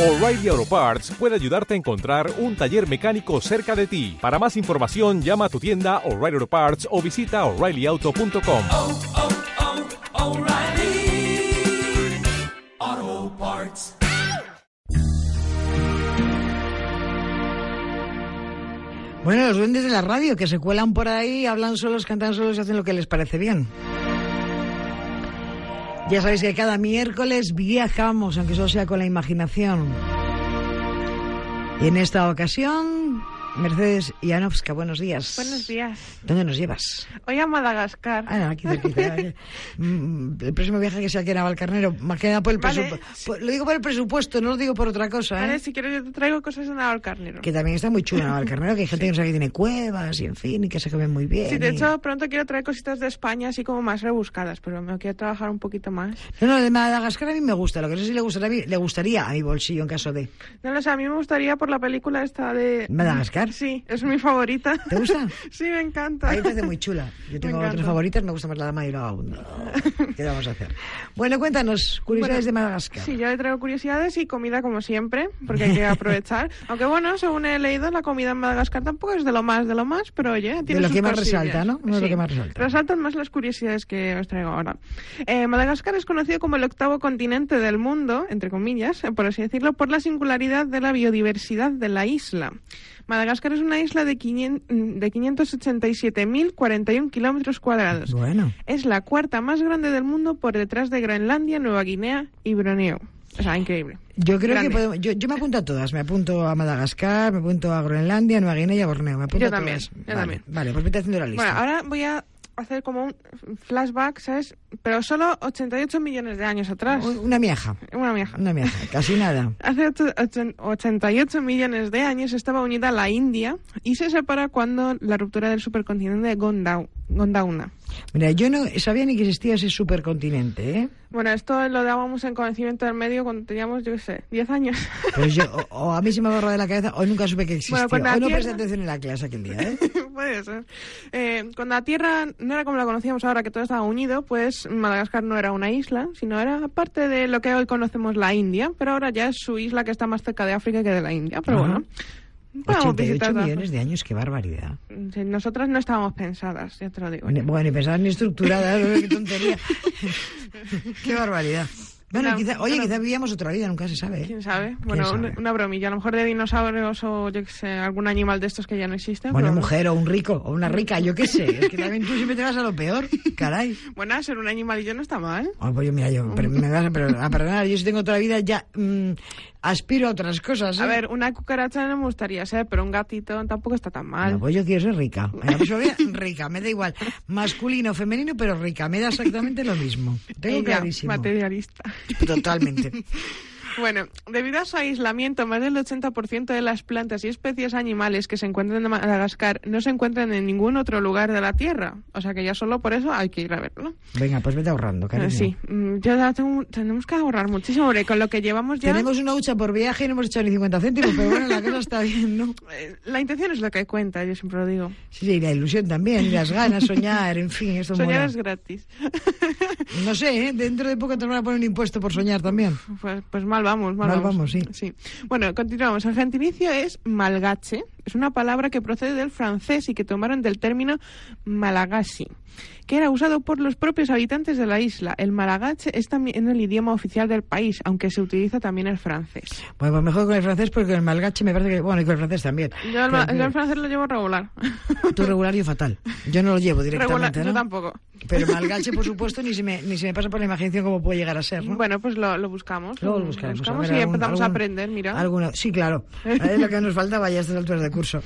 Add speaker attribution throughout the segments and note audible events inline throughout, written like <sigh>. Speaker 1: O'Reilly Auto Parts puede ayudarte a encontrar un taller mecánico cerca de ti. Para más información, llama a tu tienda O'Reilly Auto Parts o visita oreillyauto.com.
Speaker 2: Oh, O'Reilly Auto Parts.
Speaker 3: Bueno, los duendes de la radio que se cuelan por ahí, hablan solos, cantan solos y hacen lo que les parece bien. Ya sabéis que cada miércoles viajamos, aunque solo sea con la imaginación. Y en esta ocasión, Mercedes Janowska, buenos días.
Speaker 4: Buenos días.
Speaker 3: ¿Dónde nos llevas?
Speaker 4: Hoy a Madagascar.
Speaker 3: Ah, no, aquí
Speaker 4: <laughs>
Speaker 3: cerquita. Mm, El próximo viaje que sea aquí en Navalcarnero, más que nada por el
Speaker 4: Vale,
Speaker 3: presupuesto. Lo digo por el presupuesto, no lo digo por otra cosa, ¿eh?
Speaker 4: Vale, si quieres yo te traigo cosas de Nadal Carnero.
Speaker 3: Que también está muy chulo
Speaker 4: <laughs>
Speaker 3: Navalcarnero, que hay gente que no sabe que tiene cuevas y en fin, y que se comen muy bien.
Speaker 4: Sí, de
Speaker 3: y-
Speaker 4: hecho pronto quiero traer cositas de España así como más rebuscadas, pero me quiero trabajar un poquito más.
Speaker 3: No, no, de Madagascar a mí me gusta. Lo que no sé si le gustaría, a mí- le gustaría a mi bolsillo en caso de.
Speaker 4: No lo sé, a mí me gustaría por la película esta de...
Speaker 3: ¿Madagascar?
Speaker 4: Sí, es mi favorita.
Speaker 3: ¿Te gusta?
Speaker 4: <laughs> sí, me encanta.
Speaker 3: A mí me parece muy chula.
Speaker 4: <laughs>
Speaker 3: Yo tengo otras
Speaker 4: encanta.
Speaker 3: favoritas, me gusta más la dama y la vagabunda. <laughs> ¿Qué le vamos a hacer? Bueno, cuéntanos, curiosidades de Madagascar.
Speaker 4: Sí, yo le traigo curiosidades y comida como siempre,
Speaker 3: <laughs>
Speaker 4: porque hay que aprovechar. Aunque bueno, según he leído, la comida en Madagascar tampoco es de lo más, de lo más, pero oye, tiene
Speaker 3: lo
Speaker 4: sus
Speaker 3: que más
Speaker 4: cosillas.
Speaker 3: resalta, ¿no? No es lo que más resalta.
Speaker 4: Resaltan más las curiosidades que os traigo ahora. Eh, Madagascar es conocido como el octavo continente del mundo, entre comillas, eh, por así decirlo, por la singularidad de la biodiversidad de la isla. Madagascar es una isla de, 500 de 587.041 kilómetros cuadrados.
Speaker 3: Bueno,
Speaker 4: Es la cuarta más grande del mundo por detrás de Groenlandia, Nueva Guinea y Brunei. O sea, increíble.
Speaker 3: yo creo
Speaker 4: Grande.
Speaker 3: que podemos. Yo, yo me apunto a todas. Me apunto a Madagascar, me apunto a Groenlandia, Nueva Guinea y a Borneo. Me apunto
Speaker 4: Yo
Speaker 3: a todas.
Speaker 4: también, yo
Speaker 3: vale,
Speaker 4: también.
Speaker 3: Vale, pues vete haciendo la lista.
Speaker 4: Bueno, ahora voy a hacer como un flashback, ¿sabes? Pero solo 88 millones de años atrás.
Speaker 3: U- Una miaja.
Speaker 4: Una vieja.
Speaker 3: Una miaja, casi nada.
Speaker 4: Hace ocho- ochen- 88 millones de años estaba unida a la India y se separa cuando la ruptura del supercontinente de Gondau- Gondwana.
Speaker 3: Mira, yo no sabía ni que existía ese supercontinente, ¿eh?
Speaker 4: Bueno, esto lo dábamos en conocimiento del medio cuando teníamos, yo qué sé, 10 años. <laughs>
Speaker 3: Pues yo, o, o a mí se me ha borrado de la cabeza, o nunca supe que existía.
Speaker 4: Bueno, con la
Speaker 3: Hoy no
Speaker 4: tierra-
Speaker 3: presté atención en la clase aquel día, ¿eh?
Speaker 4: Puede ser. Eh, cuando la Tierra no era como la conocíamos ahora, que todo estaba unido, pues Madagascar no era una isla, sino era parte de lo que hoy conocemos la India, pero ahora ya es su isla que está más cerca de África que de la India. Pero
Speaker 3: Ajá.
Speaker 4: bueno, <laughs> vamos
Speaker 3: 88
Speaker 4: visitando.
Speaker 3: millones de años, qué barbaridad.
Speaker 4: Sí, Nosotras no estábamos pensadas, ya te lo digo.
Speaker 3: Ni- Bueno, ni pensar ni estructurada, qué
Speaker 4: <laughs>
Speaker 3: tontería. qué barbaridad. Bueno,
Speaker 4: Una-
Speaker 3: quizá, oye,
Speaker 4: una-
Speaker 3: quizá vivíamos otra vida, nunca se sabe. ¿eh?
Speaker 4: ¿Quién sabe? Bueno,
Speaker 3: sabe?
Speaker 4: Una, una bromilla. A lo mejor de dinosaurios o yo que sé, algún animal de estos que ya no existen.
Speaker 3: Bueno,
Speaker 4: pero-
Speaker 3: mujer o un rico o una rica, yo qué sé. Es que también tú siempre te vas a lo peor, caray.
Speaker 4: Bueno, ser un animalillo no está mal.
Speaker 3: Ay, pues yo, mira, yo, pero me vas a, pero, a perdonar, yo si tengo otra vida ya mm, aspiro a otras cosas. ¿eh?
Speaker 4: A ver, una cucaracha no me gustaría ser, pero un gatito tampoco está tan mal.
Speaker 3: Bueno, pues yo quiero ser <laughs> rica. En la próxima vida, rica, me da igual. Masculino, femenino, pero rica. Me da exactamente lo mismo. Tengo
Speaker 4: Ella,
Speaker 3: clarísimo.
Speaker 4: materialista.
Speaker 3: Totalmente.
Speaker 4: <laughs> Bueno, debido a su aislamiento, más del 80% de las plantas y especies animales que se encuentran en Madagascar no se encuentran en ningún otro lugar de la Tierra. O sea que ya solo por eso hay que ir a verlo.
Speaker 3: Venga, pues vete ahorrando, cariño.
Speaker 4: Sí, mm, yo ya tengo- tenemos que ahorrar muchísimo, porque con lo que llevamos ya...
Speaker 3: Tenemos una hucha por viaje y no hemos echado ni 50 céntimos, pero bueno, la cosa está bien, ¿no?
Speaker 4: eh, La intención es lo que cuenta, yo siempre lo digo.
Speaker 3: Sí, sí, y la ilusión también, y las ganas, soñar, en fin, esto
Speaker 4: Soñar
Speaker 3: mola.
Speaker 4: es gratis.
Speaker 3: No sé, ¿eh? dentro de poco te van a poner un impuesto por soñar también.
Speaker 4: Pues, pues mal vamos, mal,
Speaker 3: Mal vamos, sí.
Speaker 4: Bueno, continuamos. El gentilicio es malgache. Es una palabra que procede del francés y que tomaron del término malagasi, que era usado por los propios habitantes de la isla. El malagache es también el idioma oficial del país, aunque se utiliza también el francés.
Speaker 3: Bueno, pues mejor con el francés, porque con el malgache me parece que... Bueno, y con el francés también.
Speaker 4: Yo el, ma-
Speaker 3: Pero-
Speaker 4: yo el francés lo llevo regular.
Speaker 3: Tú regular, yo fatal. Yo no lo llevo
Speaker 4: regular,
Speaker 3: directamente,
Speaker 4: yo
Speaker 3: ¿no?
Speaker 4: tampoco.
Speaker 3: Pero malgache, por supuesto, ni se me, ni se me pasa por la imaginación cómo puede llegar a ser, ¿no?
Speaker 4: Bueno, pues lo, lo buscamos.
Speaker 3: Luego lo buscaremos. A ver,
Speaker 4: y
Speaker 3: algún-
Speaker 4: empezamos a
Speaker 3: algún-
Speaker 4: aprender, mira.
Speaker 3: alguna- sí, claro. Es lo que nos faltaba ya a estas alturas de curso.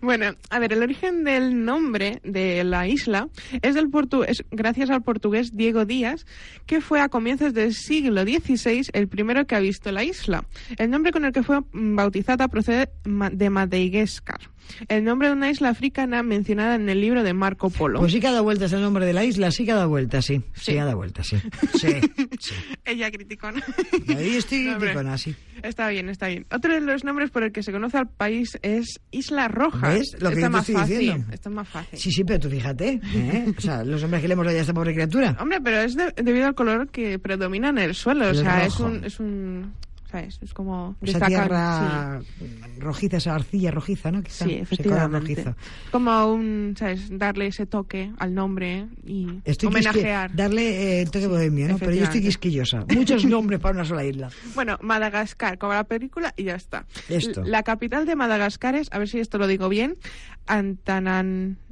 Speaker 4: Bueno, a ver, el origen del nombre de la isla es del portu- es gracias al portugués Diego Díaz, que fue a comienzos del siglo XVI el primero que ha visto la isla. El nombre con el que fue mm, bautizada procede ma- de Madagascar, el nombre de una isla africana mencionada en el libro de Marco Polo.
Speaker 3: Pues sí que ha dado vueltas el nombre de la isla, sí que ha dado vueltas, sí. Sí,
Speaker 4: Sí.
Speaker 3: que ha dado vueltas, sí.
Speaker 4: <laughs>
Speaker 3: Sí, sí.
Speaker 4: Ella criticó. ¿no? <laughs>
Speaker 3: Ahí estoy
Speaker 4: No, hombre.
Speaker 3: con así.
Speaker 4: Está bien, está bien. Otro de los nombres por el que se conoce al país es Isla Roja.
Speaker 3: ¿Ves? Lo que yo
Speaker 4: Está
Speaker 3: te
Speaker 4: más
Speaker 3: estoy
Speaker 4: fácil.
Speaker 3: diciendo.
Speaker 4: Está más fácil.
Speaker 3: Sí, sí, pero tú fíjate, ¿eh? O sea, los hombres que le hemos dado a esta pobre criatura.
Speaker 4: Hombre, pero es de- debido al color que predomina en el suelo.
Speaker 3: El
Speaker 4: o sea, es
Speaker 3: rojo.
Speaker 4: un, es un. o sea, Eso es, es como
Speaker 3: Esa
Speaker 4: destacar,
Speaker 3: tierra rojiza, esa arcilla rojiza, ¿no?
Speaker 4: Sí,
Speaker 3: Quizá,
Speaker 4: sí
Speaker 3: ese color
Speaker 4: efectivamente.
Speaker 3: rojizo.
Speaker 4: Como un, ¿sabes? Darle ese toque al nombre y
Speaker 3: Estoy
Speaker 4: homenajear.
Speaker 3: quisque- darle eh, el toque bohemio, ¿no? Pero yo estoy
Speaker 4: efectivamente.
Speaker 3: quisquillosa. Muchos nombres para una sola isla.
Speaker 4: Bueno, Madagascar, como la película, y ya está.
Speaker 3: Esto.
Speaker 4: La capital de Madagascar es, a ver si esto lo digo bien,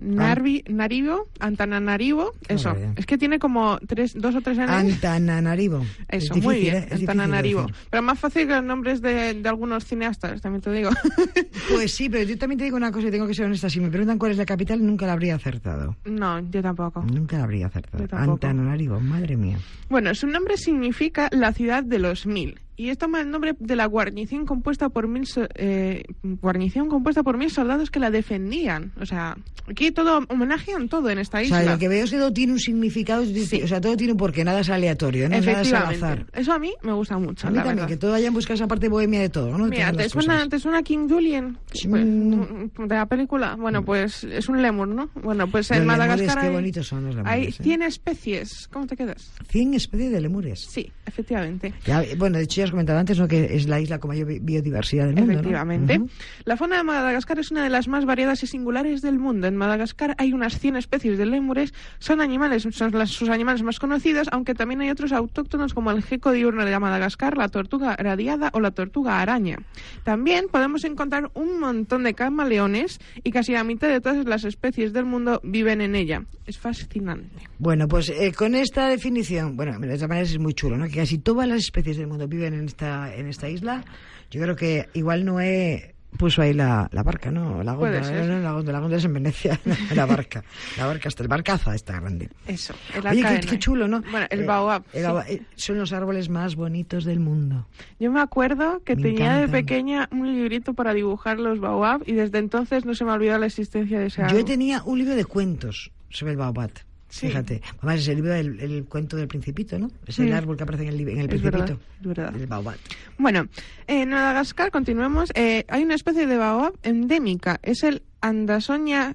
Speaker 4: Antananarivo, Antananarivo,
Speaker 3: Qué
Speaker 4: eso.
Speaker 3: barbaridad.
Speaker 4: Es que tiene como tres, dos o tres años.
Speaker 3: Antananarivo. Es
Speaker 4: Eso,
Speaker 3: difícil,
Speaker 4: muy bien,
Speaker 3: ¿eh? Es difícil de
Speaker 4: Antananarivo.
Speaker 3: decir.
Speaker 4: Pero más fácil que los nombres de, de algunos cineastas, también te digo. <laughs>
Speaker 3: Pues sí, pero yo también te digo una cosa y tengo que ser honesta. Si me preguntan cuál es la capital, nunca la habría acertado.
Speaker 4: no, yo tampoco.
Speaker 3: Nunca la habría acertado.
Speaker 4: Yo tampoco.
Speaker 3: Antananarivo, madre mía.
Speaker 4: Bueno, su nombre significa la ciudad de los mil. Y esto toma el nombre de la guarnición compuesta por mil so- eh, guarnición compuesta por mil soldados que la defendían. O sea, aquí todo homenajean todo en esta
Speaker 3: O
Speaker 4: isla.
Speaker 3: sea, lo que veo es que todo tiene un significado, o sea, todo tiene un porqué, nada es aleatorio, ¿eh? no nada es al azar.
Speaker 4: Eso a mí me gusta mucho,
Speaker 3: A mí
Speaker 4: la
Speaker 3: también,
Speaker 4: verdad.
Speaker 3: que todo hayan buscado esa parte bohemia de todo, ¿no?
Speaker 4: Mira,
Speaker 3: Todas
Speaker 4: ¿te
Speaker 3: las
Speaker 4: suena,
Speaker 3: cosas.
Speaker 4: ¿te suena King Julian?
Speaker 3: Sí,
Speaker 4: Pues,
Speaker 3: no. Mm.
Speaker 4: de la película. Bueno, pues es un lemur, ¿no? Bueno, pues
Speaker 3: Los
Speaker 4: en
Speaker 3: lemures,
Speaker 4: Madagascar
Speaker 3: qué
Speaker 4: hay-
Speaker 3: bonitos son los
Speaker 4: hay
Speaker 3: lemures, ¿eh?
Speaker 4: 100 especies. ¿Cómo te quedas?
Speaker 3: 100 especies de lemures.
Speaker 4: Sí, efectivamente.
Speaker 3: Ya, eh, bueno, de hecho ya os comentaba antes ¿no? que es la isla con mayor bi- biodiversidad del mundo. ¿no?
Speaker 4: Efectivamente.
Speaker 3: Ujú.
Speaker 4: La fauna de Madagascar es una de las más variadas y singulares del mundo. En Madagascar hay unas 100 especies de lémures. Son animales, son las- sus animales más conocidos, aunque también hay otros autóctonos como el geco diurno de Madagascar, la tortuga radiada o la tortuga araña. También podemos encontrar un montón de camaleones y casi la mitad de todas las especies del mundo viven en ella. Es fascinante.
Speaker 3: Bueno, pues eh, con esta definición, bueno, de todas maneras es muy chulo, ¿no? Que casi todas las especies del mundo viven en esta, en esta isla. Yo creo que igual Noé puso ahí la, la barca, ¿no? La
Speaker 4: Puede
Speaker 3: góndola,
Speaker 4: ser.
Speaker 3: no, no, la góndola, la góndola es en Venecia, <laughs> la barca. La barca, hasta el barcaza está grande.
Speaker 4: Eso.
Speaker 3: Oye, qué, qué chulo, ¿no?
Speaker 4: Bueno, el
Speaker 3: Eh,
Speaker 4: baobab.
Speaker 3: el
Speaker 4: sí.
Speaker 3: baobab, eh, Son los árboles más bonitos del mundo.
Speaker 4: Yo me acuerdo que
Speaker 3: Me
Speaker 4: tenía de
Speaker 3: encantan.
Speaker 4: pequeña un librito para dibujar los baobab y desde entonces no se me ha olvidado la existencia de ese árbol.
Speaker 3: Yo tenía un libro de cuentos sobre el baobab.
Speaker 4: Sí.
Speaker 3: Fíjate. Además, es el libro del el cuento del Principito, ¿no? Es el
Speaker 4: Mm.
Speaker 3: árbol que aparece en el, li- en el
Speaker 4: Es
Speaker 3: Principito.
Speaker 4: verdad, es verdad.
Speaker 3: El baobab.
Speaker 4: Bueno, en Madagascar, continuemos, eh, hay una especie de baobab endémica, es el Andasonia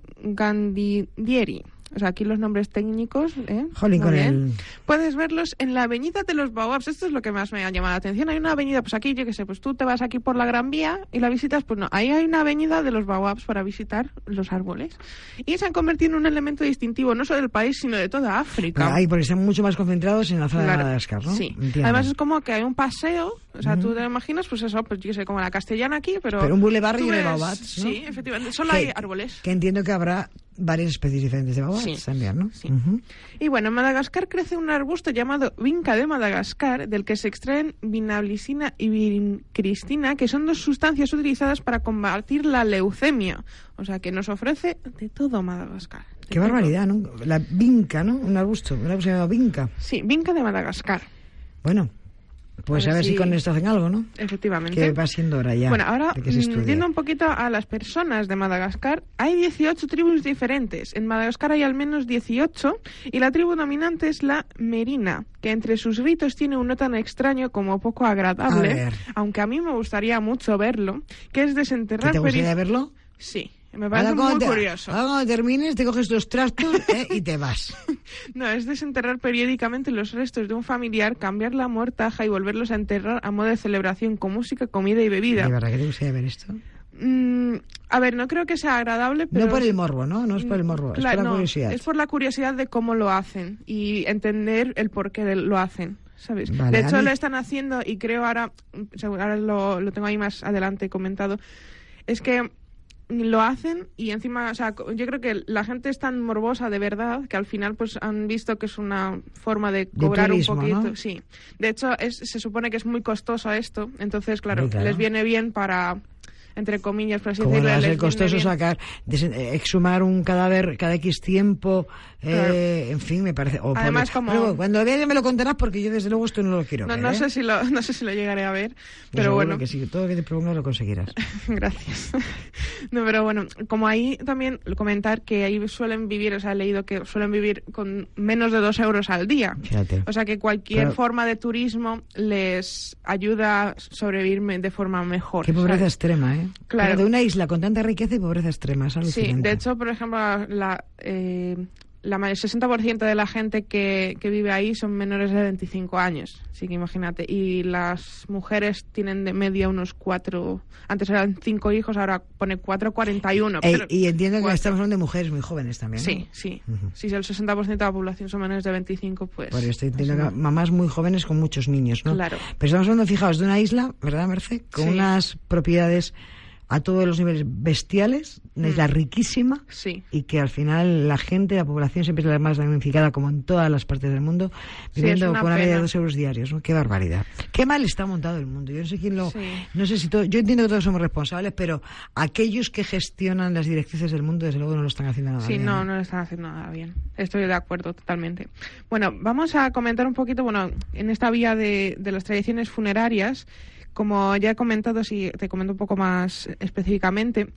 Speaker 4: gandidieri. O sea, aquí los nombres técnicos, ¿eh?
Speaker 3: Jolín,
Speaker 4: Muy
Speaker 3: con
Speaker 4: bien.
Speaker 3: el-
Speaker 4: Puedes verlos en la avenida de los baobabs. Esto es lo que más me ha llamado la atención. Hay una avenida, pues aquí, yo qué sé, pues tú te vas aquí por la Gran Vía y la visitas, pues no. Ahí hay una avenida de los baobabs para visitar los árboles. Y se han convertido en un elemento distintivo, no solo del país, sino de toda África.
Speaker 3: Pero ahí, porque están mucho más concentrados en la zona
Speaker 4: Claro,
Speaker 3: de Madagascar, ¿no?
Speaker 4: Sí.
Speaker 3: Entiendo.
Speaker 4: Además es como que hay un paseo, o sea, tú te imaginas, pues eso, pues yo sé, como la castellana aquí, pero...
Speaker 3: Pero un bulevar
Speaker 4: tú
Speaker 3: lleno de
Speaker 4: ves-
Speaker 3: baobabs, ¿no?
Speaker 4: Sí, efectivamente, solo
Speaker 3: Que-
Speaker 4: hay árboles.
Speaker 3: Que entiendo que habrá varias especies diferentes de baobabs
Speaker 4: Sí.
Speaker 3: también, ¿no?
Speaker 4: Sí.
Speaker 3: Ujú.
Speaker 4: Y bueno, en Madagascar crece un arbusto llamado vinca de Madagascar, del que se extraen vinablisina y vincristina, que son dos sustancias utilizadas para combatir la leucemia. O sea, que nos ofrece de todo Madagascar. de
Speaker 3: Qué
Speaker 4: todo.
Speaker 3: barbaridad, ¿no? La vinca, ¿no? Un arbusto, un arbusto llamado vinca.
Speaker 4: Sí, vinca de Madagascar,
Speaker 3: Bueno, pues a ver si...
Speaker 4: si-
Speaker 3: con esto hacen algo, ¿no?
Speaker 4: efectivamente.
Speaker 3: Que va siendo hora ya.
Speaker 4: Bueno, ahora
Speaker 3: de que se
Speaker 4: mm,
Speaker 3: estudie.
Speaker 4: yendo un poquito a las personas de Madagascar, hay 18 tribus diferentes. En Madagascar hay al menos 18 y la tribu dominante es la Merina, que entre sus ritos tiene uno tan extraño como poco
Speaker 3: A
Speaker 4: agradable,
Speaker 3: ver.
Speaker 4: aunque a mí me gustaría mucho verlo, que es
Speaker 3: ¿Que
Speaker 4: desenterrar
Speaker 3: ¿Te gustaría
Speaker 4: peri-
Speaker 3: verlo?
Speaker 4: Sí, me parece
Speaker 3: cuando
Speaker 4: muy
Speaker 3: te-
Speaker 4: curioso.
Speaker 3: ahora cuando termines, te coges los trastos
Speaker 4: <laughs>
Speaker 3: ¿eh? y te vas.
Speaker 4: No, es desenterrar periódicamente los restos de un familiar, cambiar la mortaja y volverlos a enterrar a modo de celebración con música, comida y bebida.
Speaker 3: ¿De verdad que te gustaría ver esto?
Speaker 4: Mm, a ver, no creo que sea agradable, pero...
Speaker 3: no por el morbo, ¿no? No es por el morbo, es
Speaker 4: Mm, Claro,
Speaker 3: por la
Speaker 4: no,
Speaker 3: curiosidad.
Speaker 4: es por la curiosidad de cómo lo hacen y entender el por qué de- lo hacen. ¿Sabes?
Speaker 3: Vale,
Speaker 4: de hecho,
Speaker 3: Ana.
Speaker 4: lo están haciendo y creo ahora, seguro- ahora lo, lo tengo ahí más adelante comentado, es que lo hacen y encima, o sea, co- yo creo que la gente es tan morbosa de verdad que al final pues han visto que es una forma de cobrar
Speaker 3: turismo,
Speaker 4: un poquito.
Speaker 3: ¿no?
Speaker 4: Sí. De hecho, es- se supone que es muy costoso esto, entonces, claro,
Speaker 3: Hombre, claro.
Speaker 4: les viene bien para, entre comillas, por así
Speaker 3: Como no
Speaker 4: decirlo,
Speaker 3: va a
Speaker 4: les
Speaker 3: ser
Speaker 4: viene
Speaker 3: costoso
Speaker 4: bien.
Speaker 3: sacar, desen- eh, exhumar un cadáver cada X tiempo,
Speaker 4: Claro.
Speaker 3: eh, en fin, me parece. o
Speaker 4: Además,
Speaker 3: pobre-
Speaker 4: como-
Speaker 3: Pero bueno, cuando lo veas ya me lo contarás porque yo desde luego esto no lo quiero
Speaker 4: No,
Speaker 3: ver,
Speaker 4: no
Speaker 3: ¿eh?
Speaker 4: sé si lo, <laughs> no sé si lo llegaré a ver,
Speaker 3: Yo
Speaker 4: pero
Speaker 3: seguro
Speaker 4: bueno,
Speaker 3: Que sí, todo lo que te propongas lo conseguirás.
Speaker 4: <laughs> gracias. <laughs> No, pero bueno, como ahí también comentar que ahí suelen vivir, o sea, he leído que suelen vivir con menos de dos euros al día.
Speaker 3: Fíjate.
Speaker 4: O sea que cualquier
Speaker 3: Pero-
Speaker 4: forma de turismo les ayuda a sobrevivir de forma mejor.
Speaker 3: Qué pobreza
Speaker 4: ¿sabes?
Speaker 3: extrema, ¿eh?
Speaker 4: Claro.
Speaker 3: Pero de una isla con tanta riqueza y pobreza extrema, es
Speaker 4: Sí,
Speaker 3: alucinante.
Speaker 4: de hecho, por ejemplo, la eh, la ma- el 60% de la gente que, que vive ahí son menores de 25 años, así que imagínate. Y las mujeres tienen de media unos cuatro, antes eran cinco hijos, ahora pone cuatro, 41.
Speaker 3: Ey,
Speaker 4: pero-
Speaker 3: y entiendo que
Speaker 4: cuatro.
Speaker 3: estamos hablando de mujeres muy jóvenes también. ¿no?
Speaker 4: Sí, sí. Si el 60% de la población son menores de 25, pues...
Speaker 3: Por esto entiendo
Speaker 4: es
Speaker 3: que
Speaker 4: una-
Speaker 3: mamás muy jóvenes con muchos niños, ¿no?
Speaker 4: Claro.
Speaker 3: Pero estamos hablando, fijaos, de una isla, ¿verdad, Merce? Con
Speaker 4: Sí.
Speaker 3: unas propiedades a todos los niveles bestiales, una
Speaker 4: Mm.
Speaker 3: isla riquísima
Speaker 4: Sí.
Speaker 3: y que al final la gente, la población siempre es la más damnificada, como en todas las partes del mundo,
Speaker 4: Sí,
Speaker 3: viviendo
Speaker 4: es una
Speaker 3: con una media de
Speaker 4: pena.
Speaker 3: dos euros diarios. ¿no? Qué barbaridad. Qué mal está montado el mundo. Yo no sé quién lo.
Speaker 4: Sí.
Speaker 3: No sé si todo, yo entiendo que todos somos responsables, pero aquellos que gestionan las directrices del mundo, desde luego, no lo están haciendo nada
Speaker 4: Sí,
Speaker 3: bien, ¿eh?
Speaker 4: no, no lo están haciendo nada bien. Estoy de acuerdo totalmente. Bueno, vamos a comentar un poquito, bueno, en esta vía de, de las tradiciones funerarias, como ya he comentado, si te comento un poco más específicamente,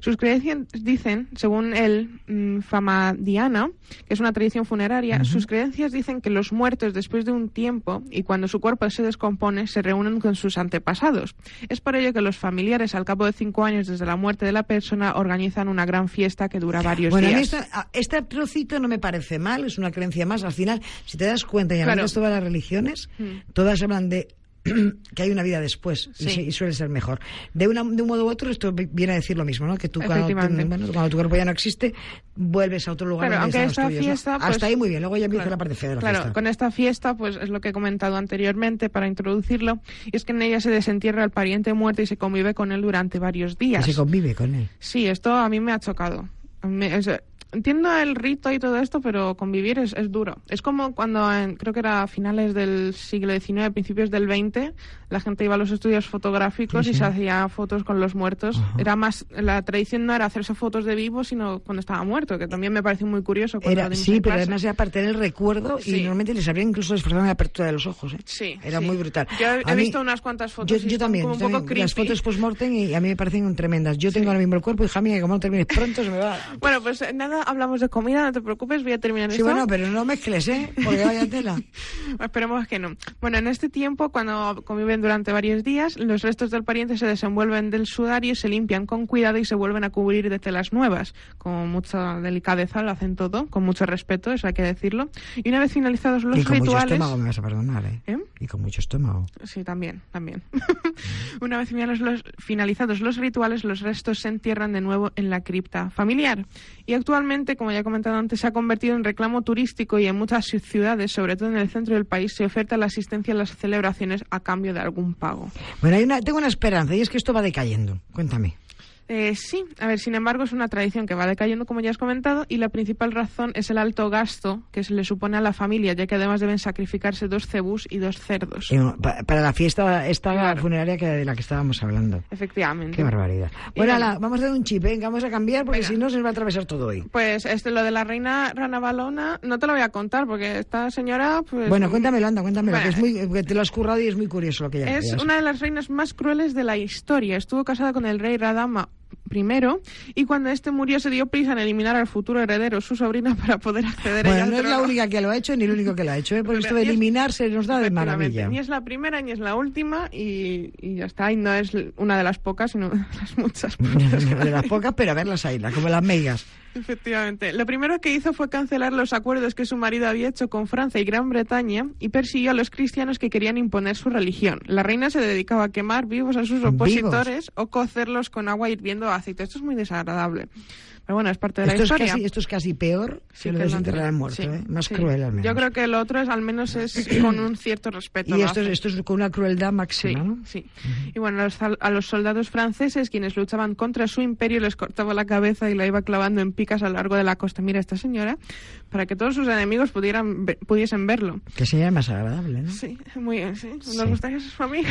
Speaker 4: sus creencias dicen, según el mm, Famadiana, que es una tradición funeraria, sus creencias dicen que los muertos después de un tiempo y cuando su cuerpo se descompone se reúnen con sus antepasados. Es por ello que los familiares al cabo de cinco años desde la muerte de la persona organizan una gran fiesta que dura varios
Speaker 3: Bueno, a mí
Speaker 4: días.
Speaker 3: esta- a- este trocito no me parece mal, es una creencia más. Al final, si te das cuenta y
Speaker 4: Claro.
Speaker 3: analizas todas las religiones,
Speaker 4: Mm.
Speaker 3: todas hablan de <clears throat> que hay una vida después y,
Speaker 4: Sí.
Speaker 3: se- y suele ser mejor. De, una- de un modo u otro, esto vi- viene a decir lo mismo, ¿no? Que tú, cuando, te-
Speaker 4: Efectivamente.
Speaker 3: bueno, cuando tu cuerpo ya no existe, vuelves a otro lugar.
Speaker 4: Claro,
Speaker 3: donde
Speaker 4: aunque
Speaker 3: están
Speaker 4: esta
Speaker 3: los tuyos, ¿no?
Speaker 4: fiesta, pues-
Speaker 3: Hasta ahí muy bien, luego ya empieza la parte fea de la
Speaker 4: claro,
Speaker 3: fiesta.
Speaker 4: con esta fiesta, pues es lo que he comentado anteriormente para introducirlo, y es que en ella se desentierra al pariente muerto y se convive con él durante varios
Speaker 3: Que
Speaker 4: días.
Speaker 3: se convive con él.
Speaker 4: Sí, esto a mí me ha chocado. Me- es- entiendo el rito y todo esto, pero convivir es, es duro. Es como cuando, en- creo que era a finales del siglo XIX, principios del XX, la gente iba a los estudios fotográficos
Speaker 3: Sí,
Speaker 4: y
Speaker 3: sí.
Speaker 4: se hacía fotos con los muertos.
Speaker 3: Ajá.
Speaker 4: Era más, la tradición no era hacerse fotos de vivo, sino cuando estaba muerto, que también me parece muy curioso. cuando lo
Speaker 3: Era,
Speaker 4: dimos
Speaker 3: sí,
Speaker 4: en
Speaker 3: pero
Speaker 4: clase.
Speaker 3: además era parte del recuerdo y
Speaker 4: Sí.
Speaker 3: normalmente les habrían incluso disfrazado en la apertura de los ojos. ¿eh?
Speaker 4: Sí,
Speaker 3: Era
Speaker 4: sí.
Speaker 3: muy brutal.
Speaker 4: Yo he-
Speaker 3: A
Speaker 4: he visto unas cuantas fotos
Speaker 3: Yo,
Speaker 4: y
Speaker 3: yo
Speaker 4: son
Speaker 3: también.
Speaker 4: como un
Speaker 3: yo
Speaker 4: poco
Speaker 3: también. Las
Speaker 4: creepy.
Speaker 3: fotos post-mortem y a mí me parecen tremendas. Yo tengo ahora mismo el cuerpo, hija mía, que como no termines pronto se me va.
Speaker 4: Bueno, pues eh, nada, hablamos de comida, no te preocupes, voy a terminar
Speaker 3: Sí,
Speaker 4: esto.
Speaker 3: bueno, pero no mezcles, ¿eh? Porque vaya tela.
Speaker 4: Esperemos que no. Bueno, en este tiempo, cuando conviven durante varios días, los restos del pariente se desenvuelven del sudario, se limpian con cuidado y se vuelven a cubrir de telas nuevas. Con mucha delicadeza lo hacen todo, con mucho respeto, eso hay que decirlo. Y una vez finalizados <laughs> los
Speaker 3: y con mucho
Speaker 4: rituales...
Speaker 3: estómago me vas a perdonar, ¿eh?
Speaker 4: ¿Eh?
Speaker 3: Y con mucho estómago.
Speaker 4: Sí, también, también. <laughs> Una vez finalizados los, finalizados los rituales, los restos se entierran de nuevo en la cripta familiar. Y actualmente, como ya he comentado antes, se ha convertido en reclamo turístico y en muchas ci- ciudades, sobre todo en el centro del país, se oferta la asistencia a las celebraciones a cambio de algún pago.
Speaker 3: Bueno, hay una, tengo una esperanza y es que esto va decayendo. Cuéntame.
Speaker 4: Eh, sí, a ver, sin embargo, es una tradición que va decayendo, como ya has comentado, y la principal razón es el alto gasto que se le supone a la familia, ya que además deben sacrificarse dos cebús y dos cerdos.
Speaker 3: Eh, pa- Para la fiesta, esta
Speaker 4: Claro.
Speaker 3: funeraria que, de la que estábamos hablando.
Speaker 4: Efectivamente.
Speaker 3: Qué barbaridad.
Speaker 4: Y
Speaker 3: Bueno,
Speaker 4: bueno.
Speaker 3: ala, vamos a dar un chip, ¿eh? vamos a cambiar porque
Speaker 4: Venga.
Speaker 3: si no se nos va a atravesar todo hoy.
Speaker 4: Pues este, lo de la reina Rana Balona, no te lo voy a contar porque esta señora. Pues,
Speaker 3: Bueno, cuéntamelo, anda, cuéntamelo,
Speaker 4: Bueno,
Speaker 3: que, es muy, que te lo has currado y es muy curioso lo que ya
Speaker 4: Es una de las reinas más crueles de la historia. Estuvo casada con el rey Radama I y cuando este murió se dio prisa en eliminar al futuro heredero, su sobrina, <laughs> para poder acceder a
Speaker 3: Bueno,
Speaker 4: ella. al
Speaker 3: no es la
Speaker 4: trono.
Speaker 3: única que lo ha hecho ni el único que lo ha hecho, ¿eh? porque esto de
Speaker 4: Ni es-
Speaker 3: eliminar se nos da de
Speaker 4: Efectivamente,
Speaker 3: maravilla.
Speaker 4: Ni es la primera ni es la última y, y ya está. Y no es una de las pocas, sino <laughs> de las muchas. por
Speaker 3: <laughs> De las pocas, pero a ver las islas, como las megas.
Speaker 4: Efectivamente. Lo primero que hizo fue cancelar los acuerdos que su marido había hecho con Francia y Gran Bretaña y persiguió a los cristianos que querían imponer su religión. La reina se dedicaba a quemar vivos a sus
Speaker 3: ¿Vivos?
Speaker 4: opositores o cocerlos con agua hirviendo a aceite. Esto es muy desagradable. Pero bueno, es parte de
Speaker 3: Esto es,
Speaker 4: la historia.
Speaker 3: casi, esto es casi peor que
Speaker 4: Sí,
Speaker 3: lo
Speaker 4: que
Speaker 3: de
Speaker 4: lo
Speaker 3: desenterrar al
Speaker 4: anterior.
Speaker 3: muerto,
Speaker 4: Sí,
Speaker 3: ¿eh? más
Speaker 4: sí.
Speaker 3: cruel al menos.
Speaker 4: Yo creo que lo otro es, al menos es con un cierto respeto.
Speaker 3: y
Speaker 4: lo
Speaker 3: esto, es-
Speaker 4: hacen.
Speaker 3: esto es con una crueldad
Speaker 4: Sí,
Speaker 3: máxima, ¿no?
Speaker 4: sí. Y bueno, los al- a los soldados franceses, quienes luchaban contra su imperio, les cortaba la cabeza y la iba clavando en picas a lo largo de la costa. Mira esta señora, para que todos sus enemigos pudieran ve- pudiesen verlo.
Speaker 3: Que sería más agradable, ¿no?
Speaker 4: Sí, muy bien, sí. ¿Nos
Speaker 3: Sí.
Speaker 4: gustaría ser
Speaker 3: <laughs>
Speaker 4: su familia?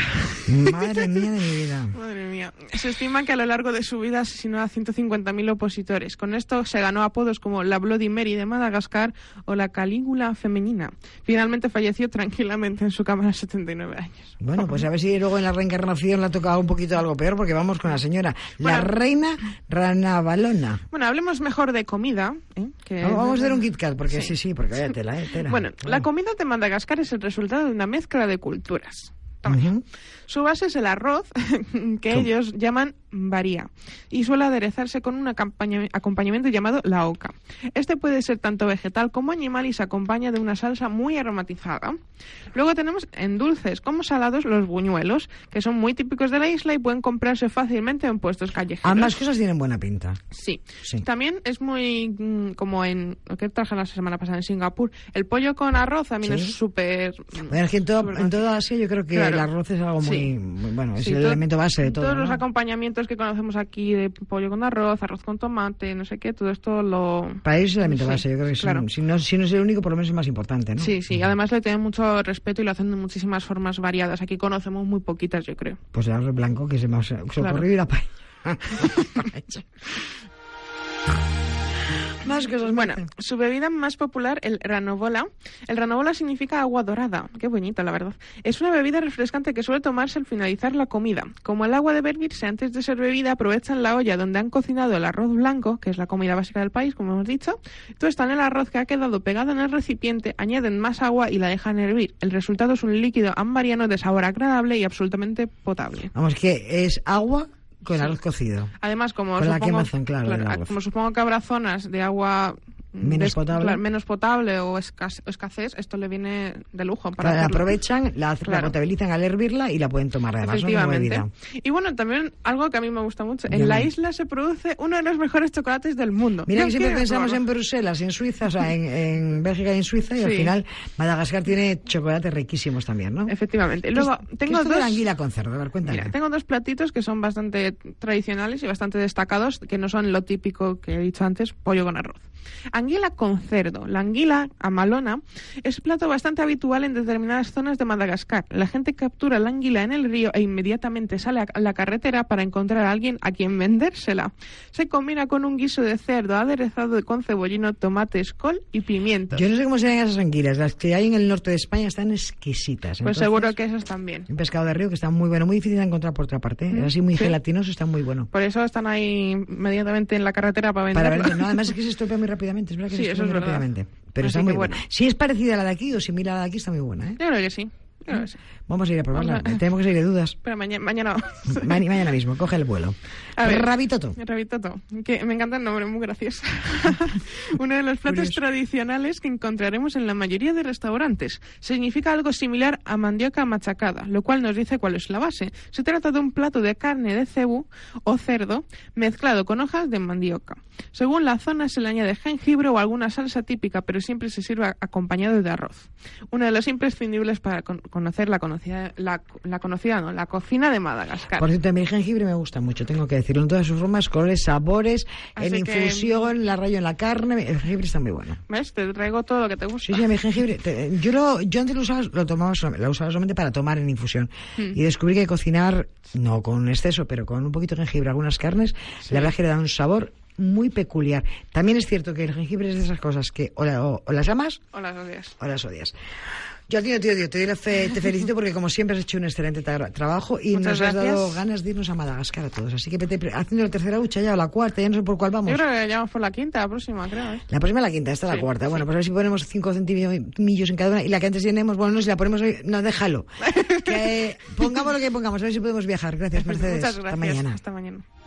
Speaker 3: Madre mía de mi vida.
Speaker 4: Madre mía. Se estima que a lo largo de su vida asesinó a 150.000 opositores. Con esto se ganó apodos como la Bloody Mary de Madagascar o la Calígula femenina. Finalmente falleció tranquilamente en su cámara a 79 años.
Speaker 3: Bueno, pues a ver si luego en la reencarnación le ha tocado un poquito algo peor, porque vamos con la señora, la
Speaker 4: Bueno.
Speaker 3: reina Ranavalona.
Speaker 4: Bueno, hablemos mejor de comida. ¿eh? Que
Speaker 3: Vamos-
Speaker 4: es-
Speaker 3: vamos a dar un Kit Kat, porque sí,
Speaker 4: Sí.
Speaker 3: sí, porque vaya tela, ¿eh? Tela.
Speaker 4: Bueno, la
Speaker 3: Ah.
Speaker 4: comida de Madagascar es el resultado de una mezcla de culturas. Toma ya.
Speaker 3: Ujú.
Speaker 4: Su base es el arroz, <laughs> que ellos llaman varía y suele aderezarse con un acompaña- acompañamiento llamado la oca. Este puede ser tanto vegetal como animal y se acompaña de una salsa muy aromatizada. Luego tenemos en dulces como salados los buñuelos, que son muy típicos de la isla y pueden comprarse fácilmente en puestos callejeros.
Speaker 3: Ambas cosas tienen buena pinta.
Speaker 4: Sí.
Speaker 3: Sí.
Speaker 4: También es muy mm, como en lo que traje la semana pasada en Singapur. El pollo con arroz también
Speaker 3: Sí.
Speaker 4: es súper. mm,
Speaker 3: Bueno, es que en, todo,
Speaker 4: súper
Speaker 3: en toda Asia yo creo que
Speaker 4: Claro.
Speaker 3: el arroz es algo muy,
Speaker 4: Sí.
Speaker 3: muy- bueno, es
Speaker 4: Sí,
Speaker 3: el
Speaker 4: todo-
Speaker 3: elemento base de todo.
Speaker 4: Todos los
Speaker 3: ¿no?
Speaker 4: acompañamientos que conocemos aquí de pollo con arroz, arroz con tomate, no sé qué, todo esto lo...
Speaker 3: Para ellos es el elemento
Speaker 4: Sí,
Speaker 3: base, yo creo que es un-
Speaker 4: claro.
Speaker 3: si, no, si no es el único, por lo menos es más importante, ¿no?
Speaker 4: Sí, sí, además le tienen mucho respeto y lo hacen de muchísimas formas variadas. Aquí conocemos muy poquitas, yo creo.
Speaker 3: Pues el arroz blanco, que es el más socorrido, y la paella. más cosas.
Speaker 4: Bueno,
Speaker 3: Marta.
Speaker 4: su bebida más popular, el ranobola. El ranobola significa agua dorada. Qué bonito, la verdad. Es una bebida refrescante que suele tomarse al finalizar la comida. Como el agua debe hervirse antes de ser bebida, aprovechan la olla donde han cocinado el arroz blanco, que es la comida básica del país, como hemos dicho. Tuestan el arroz que ha quedado pegado en el recipiente, añaden más agua y la dejan hervir. El resultado es un líquido ambariano de sabor agradable y absolutamente potable.
Speaker 3: Vamos, que es agua con arroz cocido.
Speaker 4: Además, como
Speaker 3: Con la
Speaker 4: supongo,
Speaker 3: quemazón, claro, del
Speaker 4: a-
Speaker 3: agua.
Speaker 4: como supongo que habrá zonas de agua mm,
Speaker 3: Menos
Speaker 4: des-
Speaker 3: potable.
Speaker 4: claro, menos potable o escas- o escasez, esto le viene de lujo para
Speaker 3: Claro, la
Speaker 4: hacerlo.
Speaker 3: aprovechan, la, hacen- la
Speaker 4: Claro.
Speaker 3: potabilizan al hervirla y la pueden tomar además. ¿no? Como
Speaker 4: Efectivamente.
Speaker 3: bebida.
Speaker 4: Y bueno, también algo que a mí me gusta mucho.
Speaker 3: Ya
Speaker 4: En la
Speaker 3: ves.
Speaker 4: isla se produce uno de los mejores chocolates del mundo.
Speaker 3: Mira
Speaker 4: Yo
Speaker 3: que siempre
Speaker 4: quiero
Speaker 3: pensamos en
Speaker 4: probarlo.
Speaker 3: Bruselas, en Suiza, o sea, en, en Bélgica y en Suiza, y al
Speaker 4: Sí.
Speaker 3: final Madagascar tiene chocolates riquísimos también, ¿no?
Speaker 4: Efectivamente.
Speaker 3: ¿Qué
Speaker 4: Luego,
Speaker 3: es- qué
Speaker 4: tengo
Speaker 3: es Pues esto de la
Speaker 4: dos...
Speaker 3: anguila con cerdo, a ver, cuéntame.
Speaker 4: Mira, tengo dos platitos que son bastante tradicionales y bastante destacados, que no son lo típico que he dicho antes, pollo con arroz. Anguila con cerdo. La anguila amalona es un plato bastante habitual en determinadas zonas de Madagascar. La gente captura la anguila en el río e inmediatamente sale a la carretera para encontrar a alguien a quien vendérsela. Se combina con un guiso de cerdo aderezado con cebollino, tomates, col y pimientos.
Speaker 3: Yo no sé cómo serán esas anguilas, las que hay en el norte de España están exquisitas.
Speaker 4: pues
Speaker 3: entonces-
Speaker 4: seguro que esas también.
Speaker 3: Un pescado de río que está muy bueno, muy difícil de encontrar por otra parte. Es así muy
Speaker 4: Mm, sí. Pues
Speaker 3: gelatinoso, está muy bueno.
Speaker 4: Por eso están ahí inmediatamente en la carretera para
Speaker 3: Para
Speaker 4: venderlo.
Speaker 3: ver, no, además es que se estropea muy rápidamente, es verdad que
Speaker 4: Sí,
Speaker 3: se
Speaker 4: eso
Speaker 3: estropea muy
Speaker 4: es verdad.
Speaker 3: rápidamente. Pero
Speaker 4: Así
Speaker 3: está muy
Speaker 4: que
Speaker 3: buena.
Speaker 4: bueno.
Speaker 3: Si es parecida a la de aquí o similar a la de aquí, está muy buena. ¿eh?
Speaker 4: Yo creo que sí. Yo creo que sí.
Speaker 3: Vamos a ir a probarla. Eh,
Speaker 4: Vamos a-
Speaker 3: Tenemos que salir de
Speaker 4: <laughs>
Speaker 3: dudas.
Speaker 4: Pero mañana, mañana vamos.
Speaker 3: Ma- mañana mismo, coge el vuelo.
Speaker 4: A ver.
Speaker 3: Rabitoto.
Speaker 4: Rabitoto, que me encanta el nombre,
Speaker 3: <laughs>
Speaker 4: muy gracioso. Uno de los platos
Speaker 3: Curioso.
Speaker 4: tradicionales que encontraremos en la mayoría de restaurantes. Significa algo similar a mandioca machacada, lo cual nos dice cuál es la base. Se trata de un plato de carne de cebú o cerdo mezclado con hojas de mandioca. Según la zona se le añade jengibre o alguna salsa típica, pero siempre se sirve a- acompañado de arroz. Uno de los imprescindibles para con- conocer la conocida, la, la conocida, no, la cocina de Madagascar.
Speaker 3: Por cierto, a mí el jengibre me gusta mucho, tengo que decirlo. En todas sus formas, colores, sabores, en
Speaker 4: Así que-
Speaker 3: infusión, la rayo en la carne. El jengibre está muy bueno.
Speaker 4: ¿Ves? Te traigo todo lo que te gusta.
Speaker 3: Sí, sí, a mí el jengibre. te- yo, lo, yo antes lo usaba, lo, tomaba solamente- lo usaba solamente para tomar en infusión.
Speaker 4: Hmm.
Speaker 3: Y descubrí que cocinar, no con exceso, pero con un poquito de jengibre, algunas carnes, la verdad es que le da un sabor muy peculiar. También es cierto que el jengibre es de esas cosas que o, la- o- o las amas
Speaker 4: Hola, gracias.
Speaker 3: o las odias. Yo a ti no te odio, te, doy la fe- te felicito porque como siempre has hecho un excelente tra- trabajo y
Speaker 4: Muchas
Speaker 3: nos has dado
Speaker 4: gracias.
Speaker 3: ganas de irnos a Madagascar a todos. Así que vete pre- haciendo la tercera hucha ya o la cuarta, ya no sé por cuál vamos.
Speaker 4: Yo creo que ya vamos por la quinta, la próxima, creo. ¿eh?
Speaker 3: La próxima es la quinta, esta es la
Speaker 4: Sí,
Speaker 3: cuarta.
Speaker 4: sí.
Speaker 3: Bueno, pues a ver si ponemos 5 centimillos en cada una. Y la que antes tenemos, bueno, no, si la ponemos hoy, no,
Speaker 4: <laughs>
Speaker 3: déjalo. que pongamos lo que pongamos, a ver si podemos viajar. Gracias, Mercedes.
Speaker 4: Muchas gracias.
Speaker 3: Hasta mañana.
Speaker 4: Hasta mañana.